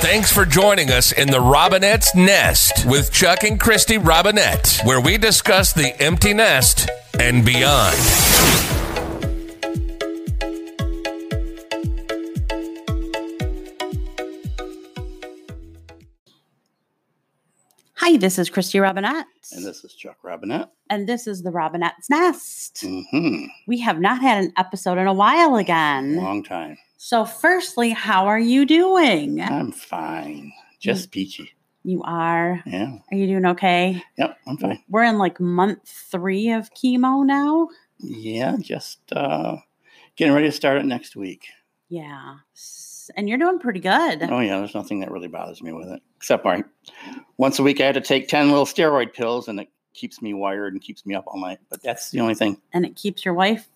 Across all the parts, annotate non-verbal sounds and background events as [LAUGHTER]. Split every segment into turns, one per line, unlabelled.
Thanks for joining us in the Robinette's Nest with Chuck and Christy Robinette, where we discuss the empty nest and beyond.
Hi, this is Christy Robinette.
And this is Chuck Robinette.
And this is the Robinette's Nest.
Mm-hmm.
We have not had an episode in a while again.
Long time.
So, firstly, how are you doing?
I'm fine. Just peachy.
You are.
Yeah.
Are you doing okay?
Yep. I'm fine.
We're in like month three of chemo now.
Yeah. Just uh, getting ready to start it next week.
Yeah. S- And you're doing pretty good.
Oh yeah. There's nothing that really bothers me with it except my once a week I have to take ten little steroid pills and it keeps me wired and keeps me up all night. But that's the only thing.
And it keeps your wife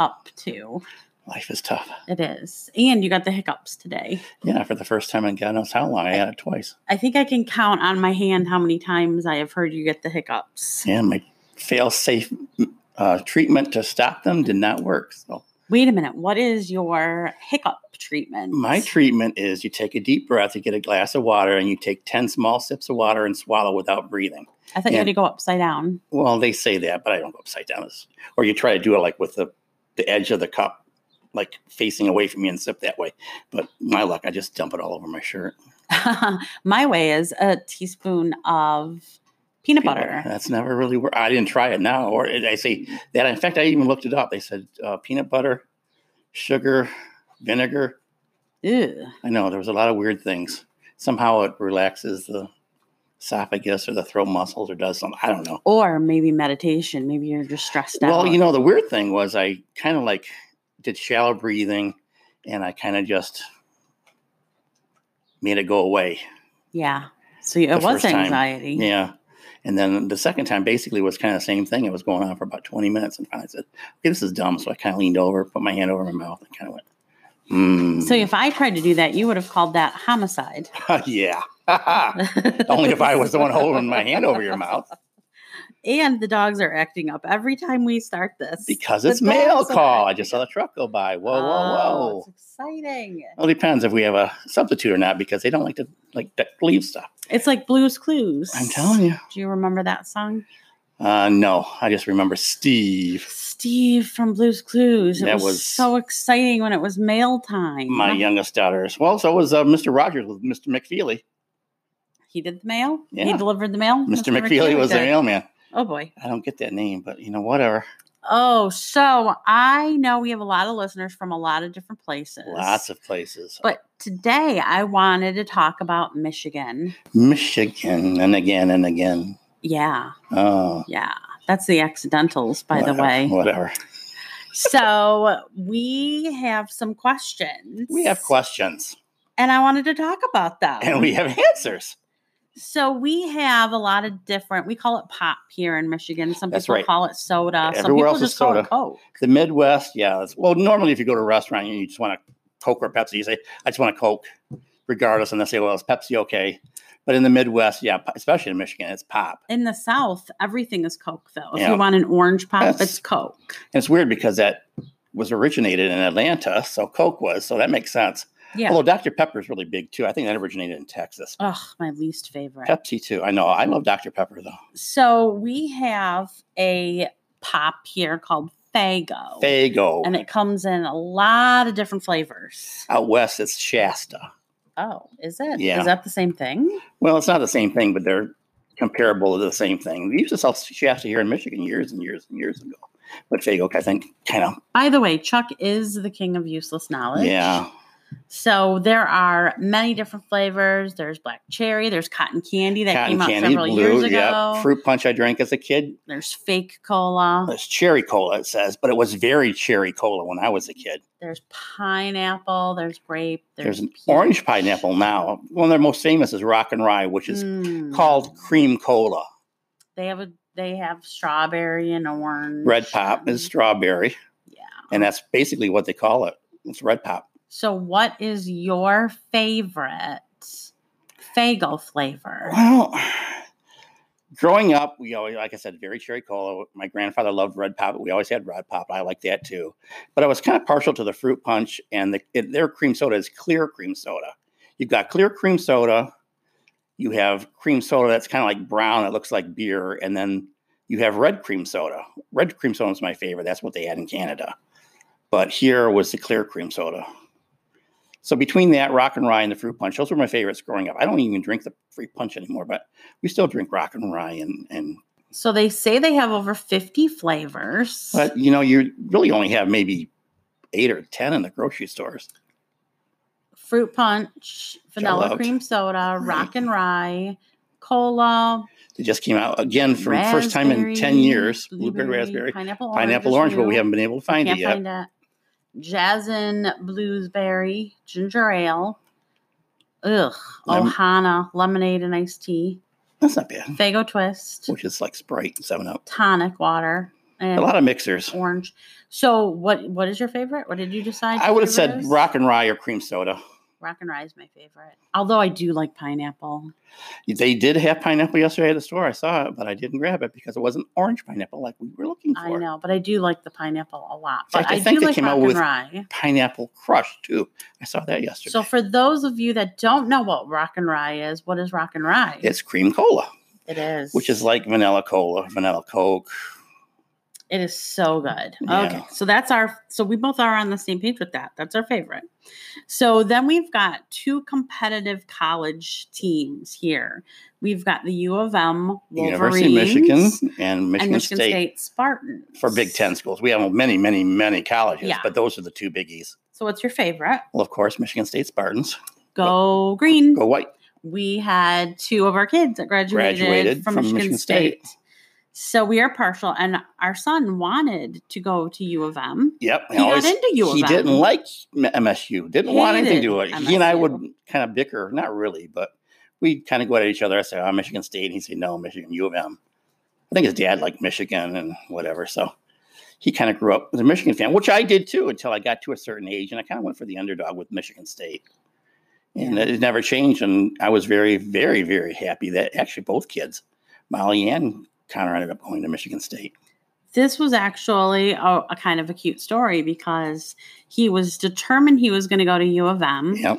up too.
Life is tough.
It is. And you got the hiccups today.
Yeah. For the first time in God knows how long, I had it twice.
I think I can count on my hand how many times I have heard you get the hiccups.
Yeah. My fail-safe uh, treatment to stop them did not work. So
Wait a minute. What is your hiccup treatment?
My treatment is you take a deep breath, you get a glass of water, and you take 10 small sips of water and swallow without breathing.
I thought you had to go upside down. [LAUGHS]
Well, they say that, but I don't go upside down. It's- Or you try to do it like with the, the edge of the cup, like facing away from you and sip that way. But my luck, I just dump it all over my shirt.
My way is a teaspoon of peanut
Peanut
butter.
That's never really worked. I didn't try it now. Or it- I say that. In fact, I even looked it up. They said uh, peanut butter, sugar, vinegar.
Ew.
I know there was a lot of weird things. Somehow it relaxes the esophagus or the throat muscles or does something. I don't know.
Or maybe meditation. Maybe you're just stressed out.
Well, you know, the weird thing was I kind of like did shallow breathing and I kind of just made it go away.
Yeah. So it
the
was
first time.
anxiety.
Yeah. And then the second time basically was kind of the same thing. It was going on for about 20 minutes. And finally I said, okay, this is dumb. So I kind of leaned over, put my hand over my mouth, and kind of went, mm.
So if I tried to do that, you would have called that homicide.
"Hmm, [LAUGHS] yeah. Only if I was the one holding my hand over your mouth
And the dogs are acting up every time we start this.
because
The
it's mail
dogs are
call. I
acting
just saw the truck go by. Whoa,
Oh,
whoa, whoa.
It's exciting.
Well, it depends if we have a substitute or not because they don't like to like d- leave stuff.
It's like Blues Clues.
I'm telling you.
Do you remember that song?
Uh, no, I just remember Steve,
Steve from Blues Clues. It
That
was,
was-
so exciting when it was mail time.
my youngest daughters. Well, so was uh, Mr. Rogers with Mr. McFeely.
He did the mail. He
Yeah.
delivered the mail.
Mr. McFeely was the
did.
mailman.
Oh boy.
I don't get that name, but you know, whatever.
Oh, so I know we have a lot of listeners from a lot of different places.
Lots of places.
But today I wanted to talk about Michigan.
Michigan and again and again.
Yeah,
Oh,
yeah. That's the accidentals, by the
whatever,
way.
Whatever.
So we have some questions.
We have questions
And I wanted to talk about them.
and we have answers.
So we have a lot of different. We call it pop here in Michigan. Some
That's
people
right.
call it soda. Some
Everywhere
people
else is
just call it
soda.
Coke.
The Midwest, yeah. it's- well, normally if you go to a restaurant and you just want a Coke or Pepsi, you say, I just want a Coke, regardless. And they say, well, is Pepsi okay? But in the Midwest, yeah, p- especially in Michigan, it's pop.
In the South, everything is Coke though. If
Yeah.
you want an orange pop,
That's-
it's Coke.
And it's weird because that was originated in Atlanta, so Coke was, so that makes sense.
Yeah.
Although Dr. Pepper is really big too. I think that originated in Texas.
Ugh, my least favorite.
Pepsi too. I know. I love Dr. Pepper though.
So we have a pop here called Fago.
Fago.
And it comes in a lot of different flavors.
Out west, it's Shasta.
Oh, is it? Is
Yeah.
that the same thing?
Well, it's not the same thing, but they're comparable to the same thing. We used to sell Shasta here in Michigan years and years and years ago. But Fago, I think, kind of,
By the way, Chuck is the king of useless knowledge.
yeah.
So there are many different flavors. There's black cherry. There's cotton candy that
Cotton
came out
candy,
several years
blue,
ago.
yeah. Fruit Uh, punch I drank as a kid.
There's fake cola.
It's cherry cola, it says, but it was very cherry cola when I was a kid.
There's pineapple. There's grape. There's,
There's an
peach.
orange pineapple now. One of their most famous is Rock and Rye, which is
Mm.
called cream cola.
They have a. They have strawberry and orange.
Red Pop
and-
is strawberry,
Yeah.
and that's basically what they call it. It's Red Pop.
So what is your favorite Fagel flavor?
Well, growing up, we always, like I said, very cherry cola. My grandfather loved Red Pop. We always had Red Pop. I like that too. But I was kind of partial to the fruit punch, and the, it, their cream soda is clear cream soda. You've got clear cream soda. You have cream soda that's kind of like brown. It looks like beer, and then you have red cream soda. Red cream soda is my favorite. That's what they had in Canada, but here was the clear cream soda. So between that, Rock and Rye and the fruit punch, those were my favorites growing up. I don't even drink the fruit punch anymore, but we still drink Rock and Rye and and
So they say they have over 50 flavors.
But you know, you really only have maybe eight or ten in the grocery stores.
Fruit punch, vanilla
out.
cream soda,
Right.
rock and rye, cola,
They just came out again for the first time in ten years. Blueberry, raspberry,
pineapple, orange,
pineapple,
is
orange, but
new.
we haven't been able to find
Can't
it yet.
find it. Jazzin blueberry, ginger ale, ugh,
Lem-
Ohana lemonade and iced tea,
That's not bad.
Fago twist,
Which is like Sprite and Seven Up.
tonic water, and
A lot of mixers.
orange. So what? What is your favorite? What did you decide?
I
your
would have
favorite
said
is?
rock and rye or cream soda.
Rock and rye is my favorite. Although I do like pineapple.
They did have pineapple yesterday at the store. I saw it, but I didn't grab it because it wasn't orange pineapple like we were looking
I
for.
know, but I do like the pineapple a lot.
In
But
fact, I
I,
think
do
they
like
came out
rock and
with-
rye.
Pineapple crush too. I saw that yesterday.
So for those of you that don't know what rock and rye is, what is rock and rye?
it's cream cola,
it is.
which is like vanilla cola, vanilla Coke,
It is so good.
Yeah.
Okay. So that's our so we both are on the same page with that. That's our favorite. So then we've got two competitive college teams here. We've got the U of M Wolverines
University of Michigan and Michigan,
and Michigan
State,
State, Spartans
for Big Ten schools. We have many, many, many colleges,
Yeah.
but those are the two biggies.
So what's your favorite?
Well, of course, Michigan State Spartans.
Go green.
Go white.
We had two of our kids that graduated,
Graduated
from,
from
Michigan,
Michigan
State.
State.
So we are partial, and our son wanted to go to U of M.
Yep. I
He got into U of
he
M.
didn't like M- MSU. Didn't want anything to do with it.
Hated
He and I would
MSU.
kind of bicker, not really, but we'd kind of go at each other. I say, "Oh, Michigan State," and he'd say, "No, Michigan, U of M." I think his dad liked Michigan and whatever, so he kind of grew up as a Michigan fan, which I did too until I got to a certain age, and I kind of went for the underdog with Michigan State. And
Yeah.
it never changed, and I was very, very, very happy that actually both kids, Molly and Connor, ended up going to Michigan State.
this was actually a, a kind of a cute story because he was determined he was going to go to U of M,
Yep.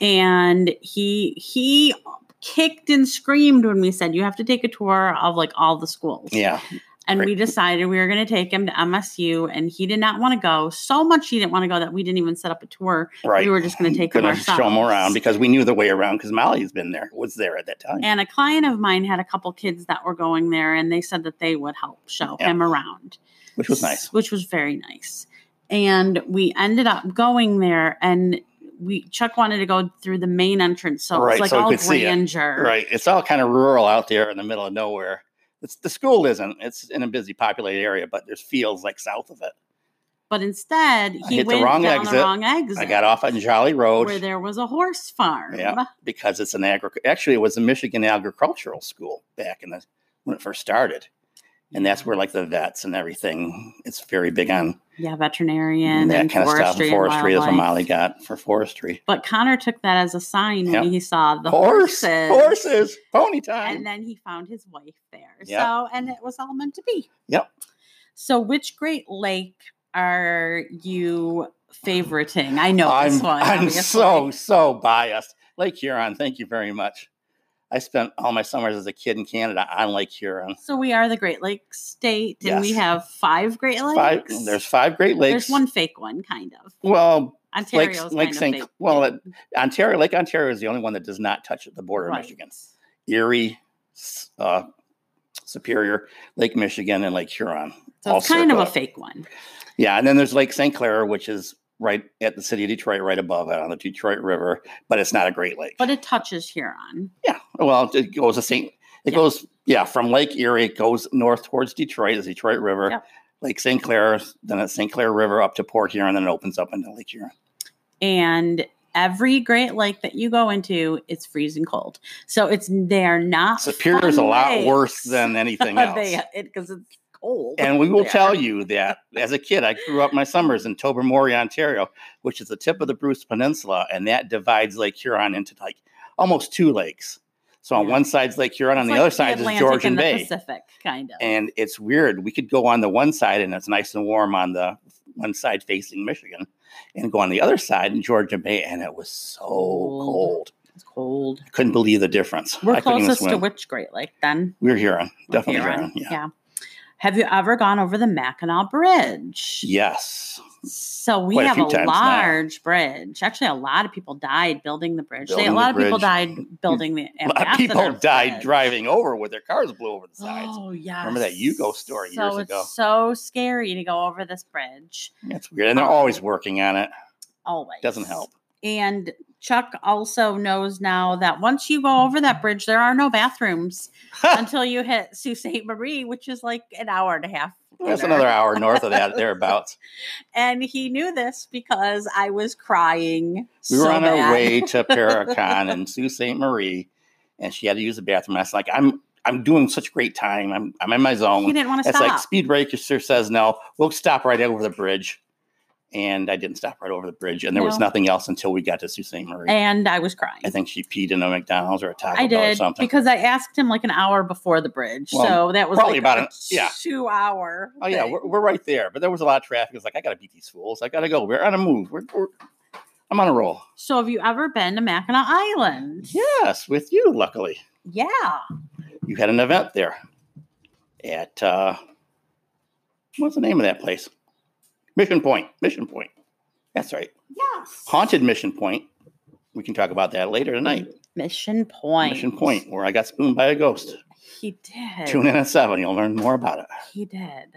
and he he kicked and screamed when we said you have to take a tour of like all the schools.
Yeah.
and we
great.
decided we were going to take him to MSU, and he did not want to go so much. He didn't want to go that we didn't even set up a tour.
Right.
We were just going to take him
gonna
ourselves.
show them around because we knew the way around because Molly's been there, was there at that time.
And a client of mine had a couple kids that were going there, and they said that they would help show
Yeah.
him around.
which was nice.
Which was very nice. And we ended up going there and we Chuck wanted to go through the main entrance. So it was
Right,
like
so he
all
could see it.
grandeur.
Right. It's all kind of rural out there in the middle of nowhere. It's the school isn't. It's in a busy populated area, but there's fields like south of it.
But instead
I
he
hit the
went
wrong
down the
exit.
wrong exit.
I got off on Jolly
where
Road
there was a horse farm.
Yeah. because it's an agri actually it was a Michigan agricultural school back in the when it first started. And that's where like the vets and everything it's very big on
Yeah, veterinarian
that
and
kind of
forestry,
stuff. And forestry
and
that's what
wildlife.
Molly got for forestry.
But Connor took that as a sign when
Yeah.
he saw the
Horse,
horses.
horses, pony time.
and then he found his wife there.
Yep.
So, and it was all meant to be.
Yep.
So, which Great Lake are you favoriting? I know
I'm,
this one.
I'm
obviously.
so, so biased. Lake Huron, thank you very much. I spent all my summers as a kid in Canada on Lake Huron.
So we are the Great Lake State, and we
Yes.
have five Great Lakes.
Five, there's five Great Lakes.
There's one fake one, kind of.
Well, Lake,
Ontario's
Lake
kind
St.
of
Cl-
fake.
Well, it, Ontario, Lake Ontario is the only one that does not touch the border
Right.
of Michigan. Erie, S- uh, Superior, Lake Michigan, and Lake Huron.
So it's
All
kind of a
circle.
fake one.
Yeah, and then there's Lake St. Clair, which is right at the city of Detroit, right above it on the Detroit River, but it's not a Great Lake.
But it touches Huron.
Yeah. Well, it goes to St. It
Yeah.
goes yeah from Lake Erie. It goes north towards Detroit, the Detroit River,
Yep.
Lake St. Clair, then it's St. Clair River up to Port Huron, then it opens up into Lake Huron.
And every Great Lake that you go into, it's freezing cold. So it's they are not
Superior is a
fun
lot worse
lakes.
than anything
[LAUGHS]
else.
they because it's cold.
and we will
there.
tell you that as a kid, I grew up my summers in Tobermory, Ontario, which is the tip of the Bruce Peninsula, and that divides Lake Huron into like almost two lakes. So on
Yeah.
one side's Lake Huron, on
It's
the
like
other side is
Atlantic
Georgian
and the
Bay.
Pacific, kind of.
and it's weird. We could go on the one side and it's nice and warm on the one side facing Michigan, and go on the other side in Georgia Bay, and it was so
Cold.
cold.
It's cold.
Couldn't believe the difference.
We're
I couldn't even
closest to
swim.
which Great Lake then?
We're Huron,
We're
definitely Huron.
Huron,
Yeah.
Have you ever gone over the Mackinac Bridge?
Yes.
So we
Quite a
have
few
a,
times now.
large bridge. Actually, a lot of people died building the bridge. They-
Building
a
the
lot of people
bridge. [LAUGHS]
died building the.
A lot of
Ambassador
people died
Bridge.
driving over with their cars blew over the sides.
Oh yeah.
Remember that Yugo story
so
years
it's
ago?
So scary to go over this bridge.
That's weird. And they're always working on it.
Always
Doesn't help.
And Chuck also knows now that once you go over that bridge, there are no
[LAUGHS]
bathrooms until you hit Sault Ste. Marie, which is like an hour and a half.
That's
later.
another hour north of that, thereabouts.
[LAUGHS] And he knew this because I was crying.
We
so
were on
bad.
our
[LAUGHS]
way to Paracon and Sault Ste. Marie, and she had to use the bathroom. And I was like, I'm I'm doing such great time. I'm I'm in my
He
zone.
didn't want to
It's
stop.
like speed break. Your sir says no. We'll stop right over the bridge. And I didn't stop right over the bridge. And there was
No.
nothing else until we got to Sault Ste. Marie.
and I was crying.
I think she peed in a McDonald's or a Taco
I
Bell or
did
something.
because I asked him like an hour before the bridge,
Well,
so that was
probably
like
about
a
an- yeah.
two hour.
oh yeah,
thing.
we're, we're right there. But there was a lot of traffic. It's like I gotta beat these fools. I gotta go. We're on a move. We're, we're I'm on a roll.
so have you ever been to Mackinac Island?
Yes, with you. Luckily,
Yeah.
you had an event there. At uh, what's the name of that place? Mission Point. Mission Point. That's right.
Yes.
Haunted Mission Point. We can talk about that later tonight.
Mission Point.
Mission Point, where I got spooned by a ghost.
He did.
Tune in at seven. You'll learn more about it.
He did.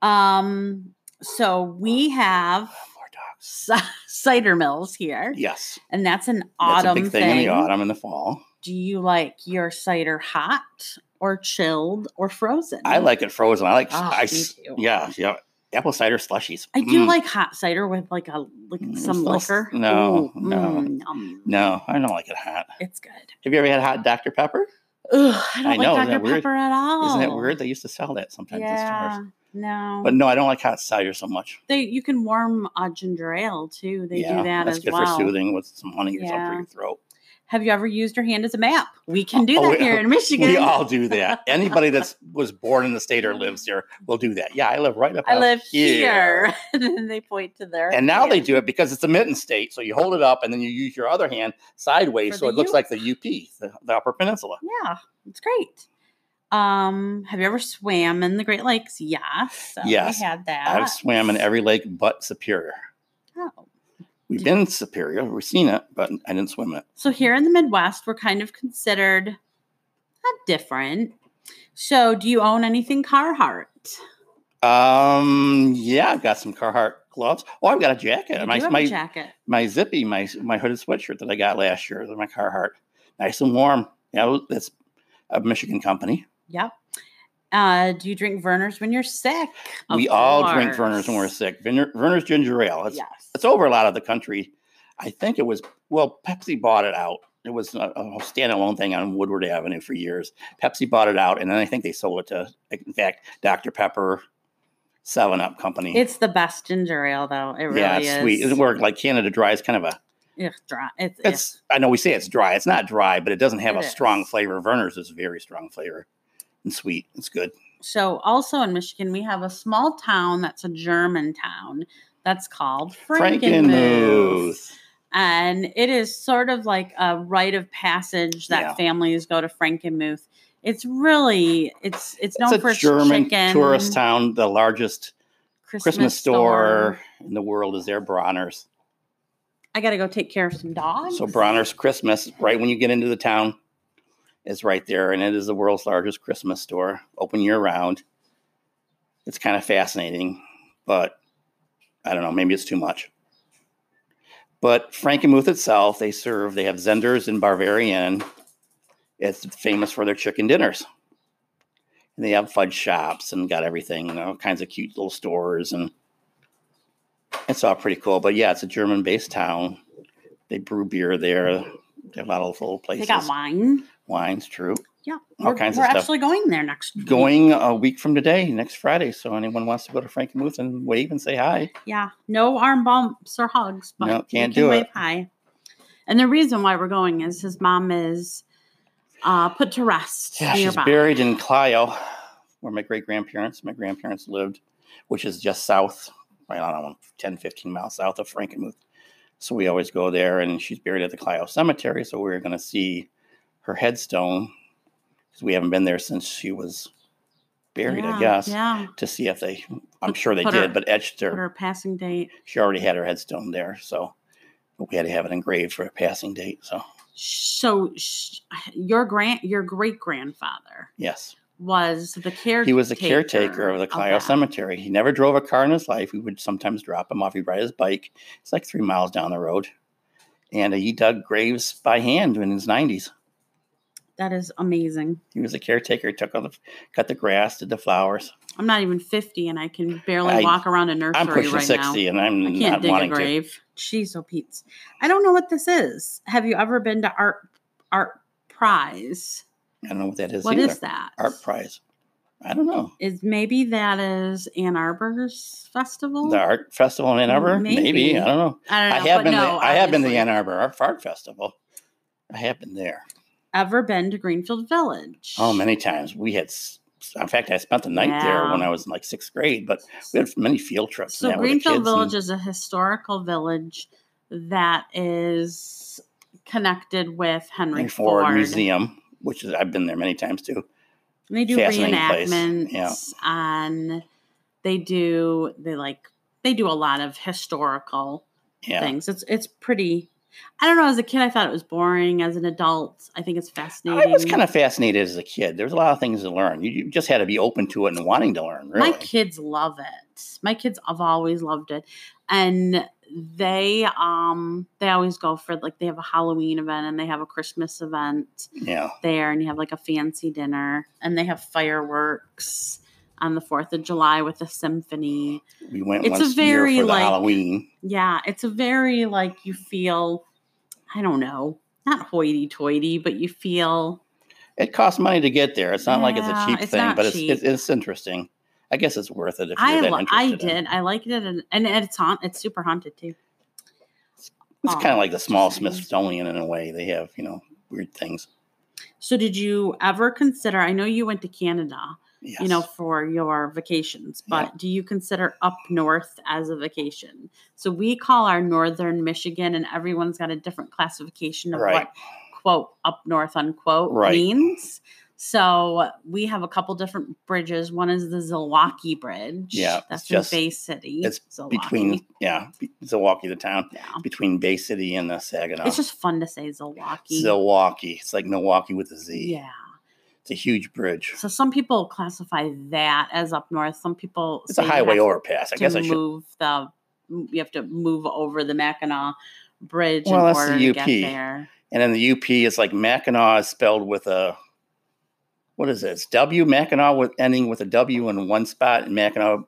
Um. So we have
More dogs.
c- cider mills here,
Yes,
and that's an
that's
autumn
a big thing, in the autumn and the fall.
Do you like your cider hot or chilled or frozen?
I like it frozen. I like
Mm-hmm. Ah, me
ice.
too.
Yeah, yeah. Apple cider slushies.
I do
Mm.
like hot cider with like a like
Mm,
some
it's also-
liquor. mm,
no, no.
yum.
No, I don't like it hot.
it's good.
Have you ever had hot Dr Pepper?
Ugh, I don't
I
like
know, isn't
Dr
that weird?
Pepper at all.
Isn't that weird? They used to sell that sometimes in
Oh. Yeah,
stores.
no.
But no, I don't like hot cider so much.
they you can warm a ginger ale too. They
yeah,
do that
that's
as
good
well.
for soothing with some honey or something
Yeah.
for your throat.
Have you ever used your hand as a map? We can do
Oh,
that
[LAUGHS] we-
here in Michigan.
We all do
[LAUGHS]
that. Anybody that was born in the state or lives there will do that. Yeah, I live right up.
I
out
live here. [LAUGHS] and then they point to their
And now they
hand.
do it because it's a mitten state. So you hold it up and then you use your other hand sideways
For
so
the
it looks
U.
like the UP, the, the Upper Peninsula.
Yeah, it's great. Um, have you ever swam in the Great Lakes? Yes. so
Yes,
I had that.
I've swam in every lake but Superior.
Oh.
We've
Did-
been in Superior, we've seen it, but I didn't swim it.
So here in the Midwest, we're kind of considered not different. So do you own anything Carhartt?
Um, yeah, I've got some Carhartt gloves. Oh, I've got a jacket.
You
my
do have
my
a jacket.
my zippy, my my hooded sweatshirt that I got last year, my Carhartt, nice and warm. Yeah, that's a Michigan company.
Yep. Uh, do you drink Verner's when you're sick? Of
we all drink
course.
Verner's when we're sick. Vener- Verner's ginger ale. It's,
yes.
it's over a lot of the country. I think it was well, Pepsi bought it out. It was a, a standalone thing on Woodward Avenue for years. Pepsi bought it out, and then I think they sold it to, in fact, Dr Pepper, Seven Up Company.
It's the best ginger ale, though. It really
yeah, it's
is.
sweet. It's where like Canada Dry is kind of a.
It's dry. It's, it's
It's I know we say it's dry. It's not dry, but it doesn't have
It
a strong
is.
flavor. Verner's is very strong flavor and sweet. It's good.
so. Also in Michigan, we have a small town that's a German town that's called Frankenmuth.
Frankenmuth.
and it is sort of like a rite of passage that
Yeah.
families go to Frankenmuth. It's really it's it's known
It's
for
a
its
German
chicken,
tourist town, the largest Christmas, store in the world is their Bronner's.
I got to go take care of some dogs.
So Bronner's Christmas, right when you get into the town, is right there, and it is the world's largest Christmas store, open year round. It's kind of fascinating, but I don't know, maybe it's too much. But Frankenmuth itself, they serve, they have Zenders and Bavarian. It's famous for their chicken dinners. And they have fudge shops and got everything, all kinds of cute little stores. And it's all pretty cool. But yeah, it's a German based town. They brew beer there. They have a lot of little
they
places.
got wine.
Wine's true.
Yeah,
All
we're,
kinds of
we're
stuff.
actually going there next. week.
Going a week from today, next Friday. So anyone wants to go to Frankenmuth and wave and say hi.
Yeah, no arm bumps or hugs, but
No,
you can
can't do
wave
it.
Hi. And the reason why we're going is his mom is uh, put to rest
Yeah, she's
nearby.
buried in Clio, where my great grandparents, my grandparents lived, which is just south, right, I don't know, 10, 15 miles south of Frankenmuth. So we always go there, and she's buried at the Clio Cemetery. So we're going to see her headstone because we haven't been there since she was buried,
yeah,
I guess,
Yeah.
to see if they, I'm sure they
Put
did,
her-
but etched
Put her passing date.
she already had her headstone there, so we had to have it engraved for a passing date. So
So sh- your grand, your great grandfather
yes,
was the caretaker.
he was the caretaker of the Clio
that.
Cemetery. He never drove a car in his life. We would sometimes drop him off. He'd ride his bike. It's like three miles down the road, and uh, he dug graves by hand in his nineties.
That is amazing.
He was the caretaker. Took all the cut the grass, did the flowers.
I'm not even 50, and I can barely
I-
walk around a nursery
I'm pushing
right now.
sixty, and I'm
I can't
not
dig a
wanting to.
grave. Jeez, oh Pete's. I don't know what this is. Have you ever been to Art Art Prize?
I don't know what that is
What
either.
is that?
Art prize. I don't know.
Is maybe that is Ann Arbor's festival?
The art festival in Ann Arbor? Maybe.
Oh. Maybe.
I don't know.
I
I
don't know.
have
but
been. to-
no,
I have been to the
obviously.
Ann Arbor Art Fart Festival. I have been there.
Ever been to Greenfield Village?
Oh, many times we had. s- In fact, I spent the night there when
Yeah.
I was in like sixth grade. But we had many field trips.
So
and that with the
Greenfield
kids and-
Village is a historical village that is connected with Henry,
and
Ford,
Ford Museum, which is I've been there many times too.
And They do
Fascinating place.
reenactments
Yeah.
on. They do. They like. They do a lot of historical
Yeah,
things. It's it's pretty. I don't know. As a kid, I thought it was boring. As an adult, I think it's
I
fascinating.
was kind of fascinated as a kid. There was a lot of things to learn. You, you just had to be open to it and wanting to learn. Really,
My kids love it. My kids have always loved it, and they um they always go for like they have a Halloween event and they have a Christmas event
yeah.
there, and you have like a fancy dinner, and they have fireworks on the Fourth of July with a symphony.
We went
It's a
once
very,
year for the
like-
Halloween.
Yeah, it's a very like you feel, I don't know, not hoity-toity, but you feel
It costs money to get there. It's not like it's a
Yeah,
cheap
it's
thing,
not
but it's,
cheap.
it's it's interesting. I guess it's worth it if you're
I
that
li- I
interested in it.
did. I liked it, and, and it's haunt. It's super haunted too.
It's
Oh,
kind of like the small
interesting.
Smithsonian in a way. They have, you know, weird things.
So, did you ever consider? I know you went to Canada,
Yes.
you know, for your vacations, but do you consider up north as a vacation? So, we call our northern Michigan, and everyone's got a different classification of
Right.
what quote up north unquote
Right.
means. So, we have a couple different bridges. One is the Zilwaukee Bridge.
Yeah, it's
that's
just-
in Bay City.
it's
Zilwaukee.
between, yeah, be- Milwaukee, the town
Yeah.
between Bay City and uh, Saginaw.
It's just fun to say Zilwaukee.
Milwaukee. It's like Milwaukee with a Z.
yeah.
It's a huge bridge.
So some people classify that as up north. Some people
It's a
say you
highway
have
overpass. I
to
guess I should.
move the you have to move over the Mackinac Bridge
Well,
in
that's the
order to get
UP.
there.
And then the UP is like Mackinac is spelled with a, what is it? It's W. Mackinac with ending with a W in one spot and Mackinac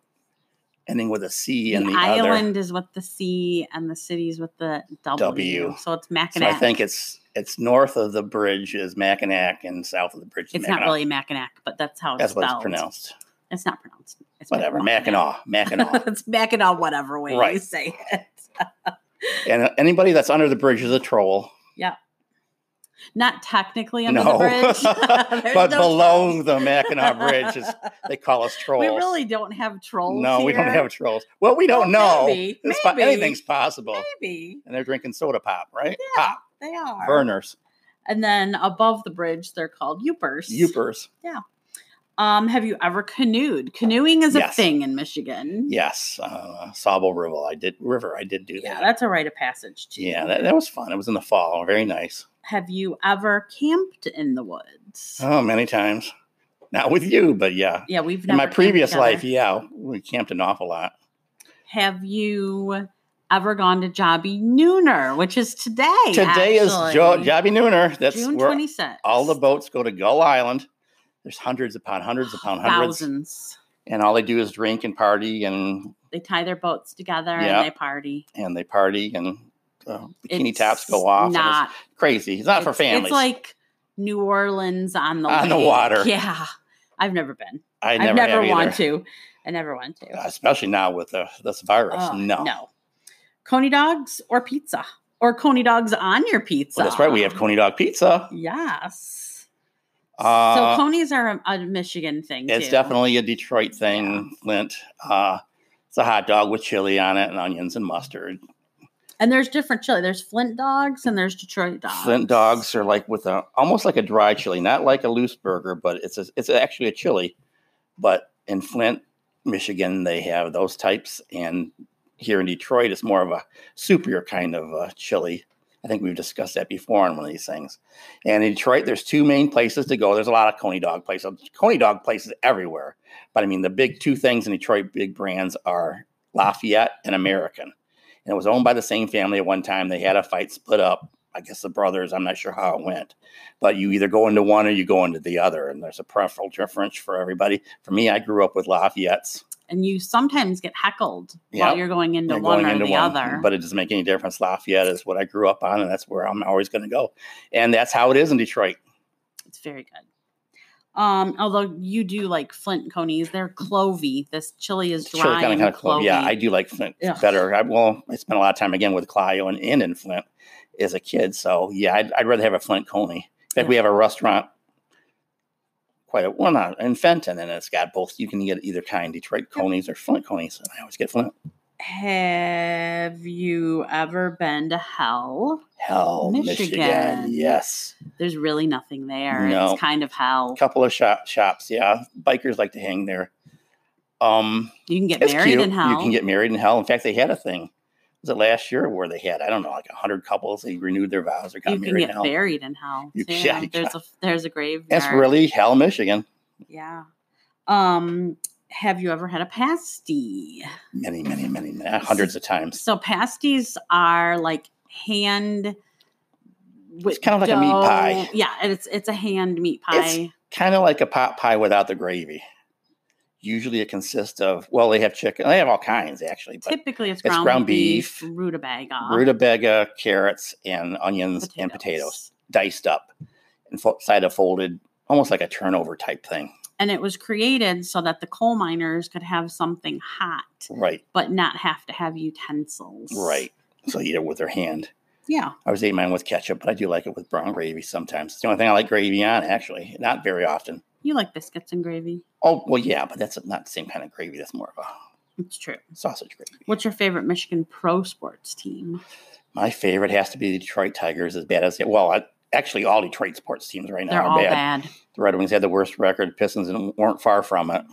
ending with a C in
the
the, other.
island is with the C and the city's with the W.
W.
So it's
So
Mackinac.
I think it's it's north of the bridge is Mackinac and south of the bridge is
it's
Mackinac.
not really Mackinac, but that's how it's
That's what
spelled.
it's pronounced.
It's not pronounced. It's
Whatever, Mackinac,
[LAUGHS]
Mackinac.
it's Mackinac, whatever way you
Right.
say it.
and uh, anybody that's under the bridge is a troll.
Not technically under
No.
the bridge, [LAUGHS]
[LAUGHS]
There's
but
no
below
trolls.
the Mackinac Bridge is they call us
[LAUGHS]
trolls.
We really don't have trolls.
no, we don't
here.
have trolls. Well, we don't
Well,
know.
maybe,
It's po-
maybe.
anything's possible.
Maybe
And they're drinking soda pop, right?
Yeah,
Pop
they are.
burners,
And then above the bridge, they're called youpers.
upers.
Um, have you ever canoed? Canoeing is a
Yes.
thing in Michigan.
Yes, uh, Sable River. I did River. I did do
Yeah,
that.
that's a rite of passage too.
yeah, that, that was fun. It was in the fall. Very nice.
Have you ever camped in the woods?
Oh, many times. Not with you, but yeah.
yeah, we've
In
never
my
camped
previous
together.
life, yeah, we camped an awful lot.
Have you ever gone to Jobby Nooner, which is today?
Today is jo-
actually,
Jobby Nooner. That's
June
where
twenty sixth.
all the boats go to Gull Island. There's hundreds upon hundreds
[GASPS]
upon hundreds,
thousands.
and all they do is drink and party and
They tie their boats together
Yeah.
and they party.
and they party and uh, bikini tops
It's
go off. and it's
Not
crazy. It's not for
It's-
families.
It's like New Orleans on the
On the
lake.
water.
[LAUGHS] Yeah, I've never been.
I
I have
never,
never
have
want
either.
to. I never want to.
especially now with the, this virus.
Ugh,
no,
no. Coney dogs or pizza or Coney dogs on your pizza.
Well, that's right. We have Coney Dog Pizza.
Yes.
Uh,
so Coney's are a, a Michigan thing.
It's
too.
definitely a Detroit thing, Flint. Uh, it's a hot dog with chili on it and onions and mustard.
And there's different chili. There's Flint dogs and there's Detroit dogs.
Flint dogs are like with a almost like a dry chili, not like a loose burger, but it's a, it's actually a chili. But in Flint, Michigan, they have those types, and here in Detroit, it's more of a soupier kind of uh, chili. I think we've discussed that before on one of these things. And in Detroit, there's two main places to go. There's a lot of Coney Dog places, Coney Dog places everywhere. But I mean, the big two things in Detroit, big brands are Lafayette and American. And it was owned by the same family at one time. They had a fight, split up. I guess the brothers, I'm not sure how it went. But you either go into one or you go into the other. And there's a preferential difference for everybody. For me, I grew up with Lafayette's
and you sometimes get heckled while
Yep.
you're going into
and
one
going
or
into
the
one,
other.
But it doesn't make any difference. Lafayette is what I grew up on, and that's where I'm always going to go. And that's how it is in Detroit.
it's very good. Um, although you do like Flint conies, they're clovey. This chili is dry
Sure, kinda-
and
kinda close. Yeah,
clovey.
I do like Flint
Ugh.
better. I, well, I spent a lot of time again with Clio and, and in Flint as a kid. So yeah, I'd, I'd rather have a Flint Coney. In fact, we have a restaurant. Quite a well, not in Fenton, and it's got both. You can get either kind, Detroit conies or Flint conies. And I always get Flint.
Have you ever been to hell?
Hell, Michigan,
Michigan.
yes.
There's really nothing there.
No.
It's kind of hell.
couple of shop shops. Yeah, bikers like to hang there. Um,
You can get
it's
married
cute.
in hell.
You can get married in hell. In fact, they had a thing. Was it last year where they had I don't know like hundred couples? They renewed their vows or got
You can
married in
get
hell.
buried in hell.
You
too.
can- yeah.
There's a there's a grave.
That's really hell, Michigan.
yeah. Um, have you ever had a pasty?
Many, many, many, many hundreds of times.
So pasties are like hand. with
kind of like a meat pie.
dough- Yeah, and it's it's a hand meat
It's-
pie.
Kind of like a pot pie without the gravy. Usually, it consists of well, they have chicken. They have all kinds actually, but
Typically, it's
it's
ground,
ground
beef,
beef,
rutabaga,
rutabaga, carrots, and onions and potatoes diced up and fo- side of folded, almost like a turnover type thing.
And it was created so that the coal miners could have something hot,
Right,
but not have to have utensils.
right. So eat it with their hand.
Yeah.
I was eating mine with ketchup, but I do like it with brown gravy sometimes. It's the only thing I like gravy on, actually. Not very often.
You like biscuits and gravy?
Oh, well, yeah, but that's not the same kind of gravy. That's more of a
It's true.
sausage gravy.
What's your favorite Michigan pro sports team?
My favorite has to be the Detroit Tigers, as bad as they Well, I, actually, all Detroit sports teams right now
They're
are
all
bad.
bad.
The Red Wings had the worst record. Pistons weren't far from it.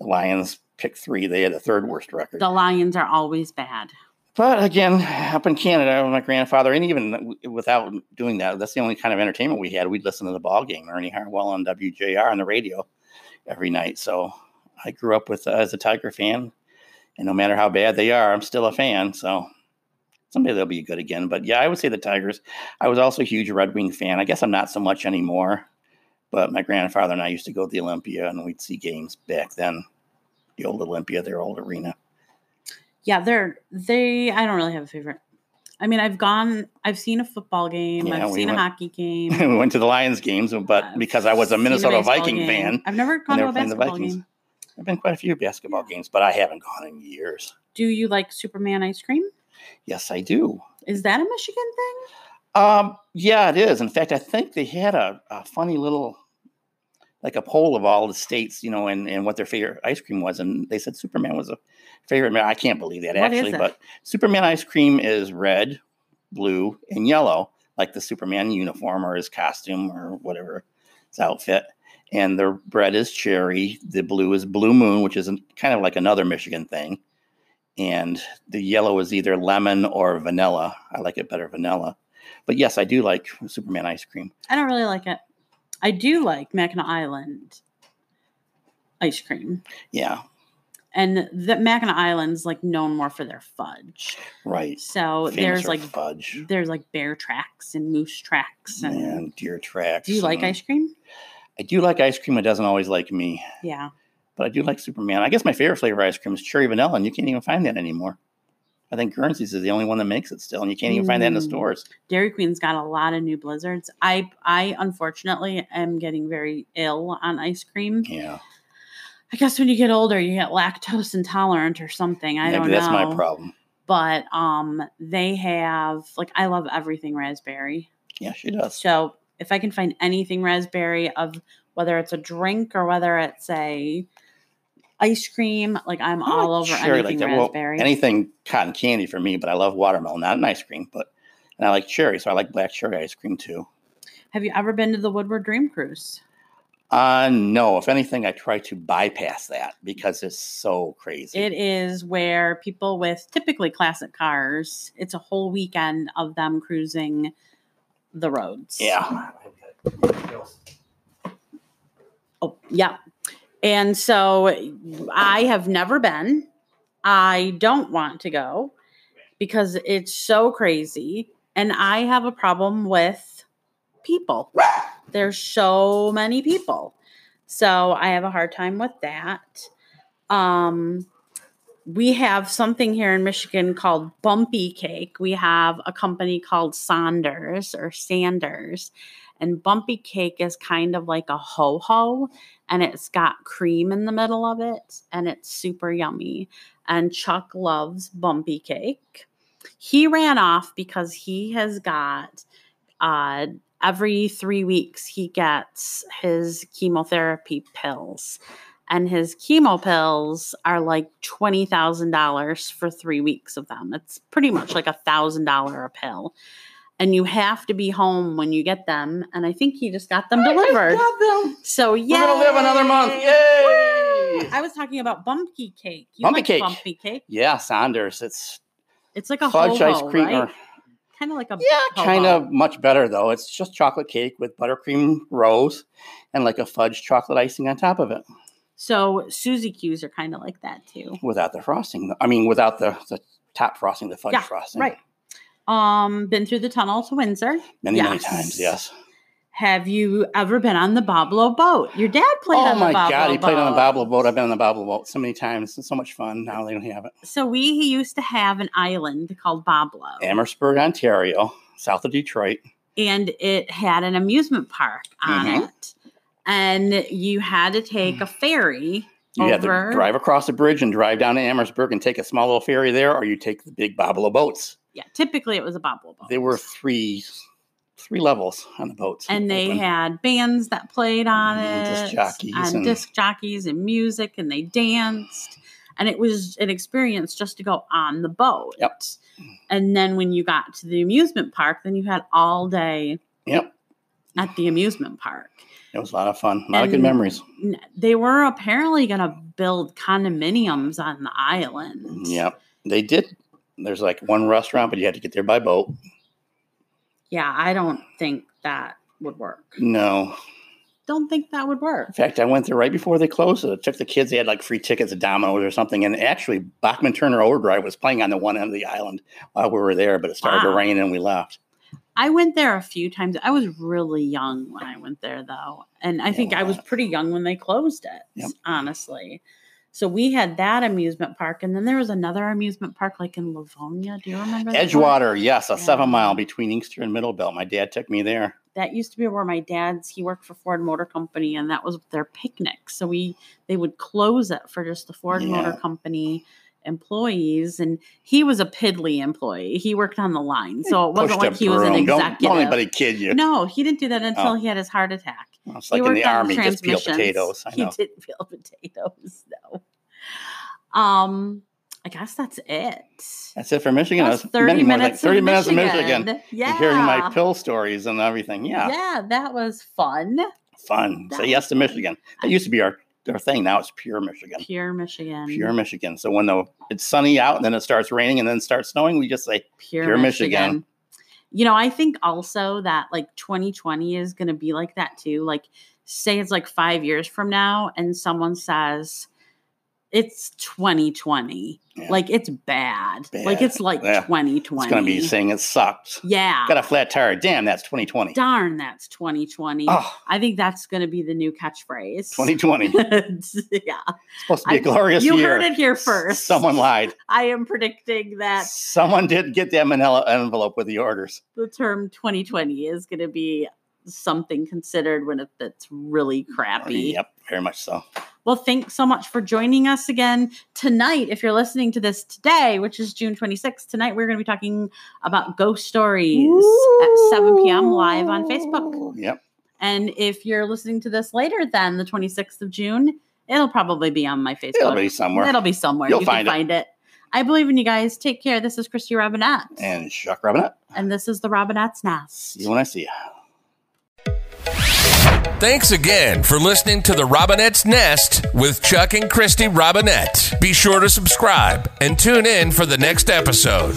The Lions picked three. They had the third worst record.
The Lions are always bad.
But again, up in Canada, with my grandfather, and even w- without doing that, that's the only kind of entertainment we had. We'd listen to the ball game, Ernie Harwell on WJR on the radio every night. So I grew up with uh, as a Tiger fan, and no matter how bad they are, I'm still a fan. So someday they'll be good again. But yeah, I would say the Tigers. I was also a huge Red Wing fan. I guess I'm not so much anymore. But my grandfather and I used to go to the Olympia, and we'd see games back then. The old Olympia, their old arena.
Yeah, they're they. I don't really have a favorite. I mean, I've gone. I've seen a football game.
Yeah,
I've
we
seen
went-
a hockey game.
[LAUGHS] we went to the Lions games, but
I've
because I was a
seen
Minnesota
baseball
Viking
game.
fan,
I've never gone
they
to a
were playing the
basketball
Vikings.
game.
I've been quite a few basketball games, but I haven't gone in years.
Do you like Superman ice cream?
Yes, I do.
Is that a Michigan thing?
Um, yeah, it is. In fact, I think they had a, a funny little, like a poll of all the states, you know, and, and what their favorite ice cream was, and they said Superman was a favorite. I can't believe that
What is
actually,
it?
but Superman ice cream is red, blue, and yellow, like the Superman uniform or his costume or whatever his outfit. And the red is cherry, the blue is blue moon, which is an- kind of like another Michigan thing. And the yellow is either lemon or vanilla. I like it better vanilla. But yes, I do like Superman ice cream.
I don't really like it. I do like Mackinac Island ice cream,
Yeah,
and the Mackinac Island's like known more for their fudge.
right.
So
Famous
Oh, there's
for
like
fudge
there's like bear tracks and moose tracks and.
and deer tracks.
Do you like
and-
ice cream?
I do like ice cream. It doesn't always like me,
Yeah.
but I do like Superman. I guess my favorite flavor ice cream is cherry vanilla, and you can't even find that anymore. I think Guernsey's is the only one that makes it still, and you can't even find that in the
Mm.
stores.
Dairy Queen's got a lot of new blizzards. I I unfortunately am getting very ill on ice cream.
Yeah,
I guess when you get older, you get lactose intolerant or something. I
maybe
don't
that's
know.
my problem.
But um, they have like I love everything raspberry.
Yeah, she does.
So if I can find anything raspberry of whether it's a drink or whether it's a ice cream. Like I'm
I
all
Oh, like
over
cherry
anything
that. Well,
raspberry.
anything cotton candy for me, but I love watermelon, not an ice cream, but and I like cherry, so I like black cherry ice cream too.
Have you ever been to the Woodward Dream Cruise?
Uh no, if anything, I try to bypass that because it's so crazy.
It is where people with typically classic cars, it's a whole weekend of them cruising the roads.
yeah.
Oh, yeah. And so I have never been. I don't want to go because it's so crazy. And I have a problem with people. There's so many people. So I have a hard time with that. Um, we have something here in Michigan called Bumpy Cake. We have a company called Saunders or Sanders. And Bumpy Cake is kind of like a ho ho, and it's got cream in the middle of it, and it's super yummy. And Chuck loves Bumpy Cake. He ran off because he has got uh, every three weeks, he gets his chemotherapy pills. And his chemo pills are like $20,000 for three weeks of them. It's pretty much like a $1,000 a pill. And you have to be home when you get them. And I think he just got them
Oh
delivered. So yeah,
We're gonna live another month. Yay!
I was talking about bumpy cake. You
Bumpy
like
cake.
Bumpy cake.
Yeah, Saunders. It's
It's like a
fudge
ho-ho,
ice cream
right?
or
Kind of like a
Yeah,
Ho-ho.
kind of much better though. It's just chocolate cake with buttercream rose and like a fudge chocolate icing on top of it
so Suzy Q's are kind of like that too.
without the frosting. I mean, without the, the top frosting, the fudge
Yeah,
frosting.
Right. Um, been through the tunnel to Windsor.
Many, many
Yes.
times, yes.
Have you ever been on the Boblo boat? Your dad played
oh
on the
my
Boblo boat.
God, he played on the Babble boat. I've been on the Babble boat so many times. It's so much fun. Now they don't have it.
So we he used to have an island called Boblo.
Amherstburg, Ontario, south of Detroit.
and it had an amusement park on
Mhm.
it. And you had to
Mm.
take a ferry
You have
Over.
to drive across the bridge and drive down to Amherstburg and take a small little ferry there, or you take the big Babble boats.
yeah, typically it was a bobble boat.
There were three three levels on the boats.
and they
Open.
had bands that played on
Mm,
it,
disc jockeys
and,
and-
disc jockeys and music, and they danced, and it was an experience just to go on the boat.
Yep.
And then when you got to the amusement park, then you had all day
Yep.
at the amusement park.
It was a lot of fun. A lot of good
And-
memories.
N- They were apparently going to build condominiums on the island.
Yep. They did. There's like one restaurant, but you had to get there by boat.
Yeah, I don't think that would work.
No.
Don't think that would work.
In fact, I went there right before they closed it. I took the kids. They had like free tickets at Domino's or something. And actually, Bachman Turner Overdrive was playing on the one end of the island while we were there, but it started
Wow.
to rain and we left.
I went there a few times. I was really young when I went there, though. And I think I was
Yeah.
pretty young when they closed it,
Yep.
honestly. So we had that amusement park. And then there was another amusement park, like in Livonia. Do you remember? that one?
Edgewater, yes, a
Yeah.
seven mile between Inkster and Middle Belt. My dad took me there.
That used to be where my dad's, he worked for Ford Motor Company, and that was their picnic. So we, they would close it for just the Ford Motor
Yeah.
Company employees. And he was a piddly employee. He worked on the line. So it wasn't
Pushed a
like he was an
broom. Don't-
executive.
Don't, anybody kid you.
No, he didn't do that until
Oh.
he had his heart attack.
It's
He
like in
worked
the
on
army, just peel
transmissions.
potatoes. I
He
know.
did [LAUGHS] peel potatoes, though. Um, I guess that's it.
That's it for Michigan.
That's
That's
thirty
many more, like
minutes.
30
of
minutes in Michigan.
Michigan.
and
Yeah.
hearing my pill stories and everything. Yeah,
Yeah, that was fun.
fun.
That
Say yes to
was fun.
Michigan. That used to be our, our thing. Now it's pure Michigan.
Pure Michigan.
Pure Michigan. So when the it's sunny out and then it starts raining and then it starts snowing, we just say
Pure
pure Michigan.
You know, I think also that like 2020 is going to be like that too. Like, say it's like five years from now, and someone says it's 2020.
Yeah.
Like, it's bad. Like,
Bad.
it's like
Yeah.
2020.
it's going to be saying it sucked.
Yeah.
Got a flat tire. Damn, that's 2020.
Darn, that's 2020.
Oh,
I think that's going to be the new catchphrase.
2020. It's
[LAUGHS] yeah.
supposed to be
I-
a glorious
you
year.
heard it here
S-
first.
Someone lied.
I am predicting that
Someone did get that manila envelope with the orders.
the term 2020 is going to be something considered when it, that's really crappy.
Mm, oh, Yep, very much so.
Well, thanks so much for joining us again tonight. If you're listening to this today, which is June 26th, tonight we're going to be talking about ghost stories at 7 p.m. live on Facebook.
Yep.
And if you're listening to this later than the 26th of June, It'll probably be on my Facebook.
It'll be somewhere.
It'll be somewhere.
You'll
you
find it.
can find it. I believe in you guys. Take care. This is Christy Robinette.
And Chuck Robinette,
and this is the Robinette's Nest.
see you when I see you.
Thanks again for listening to The Robinette's Nest with Chuck and Christy Robinette. Be sure to subscribe and tune in for the next episode.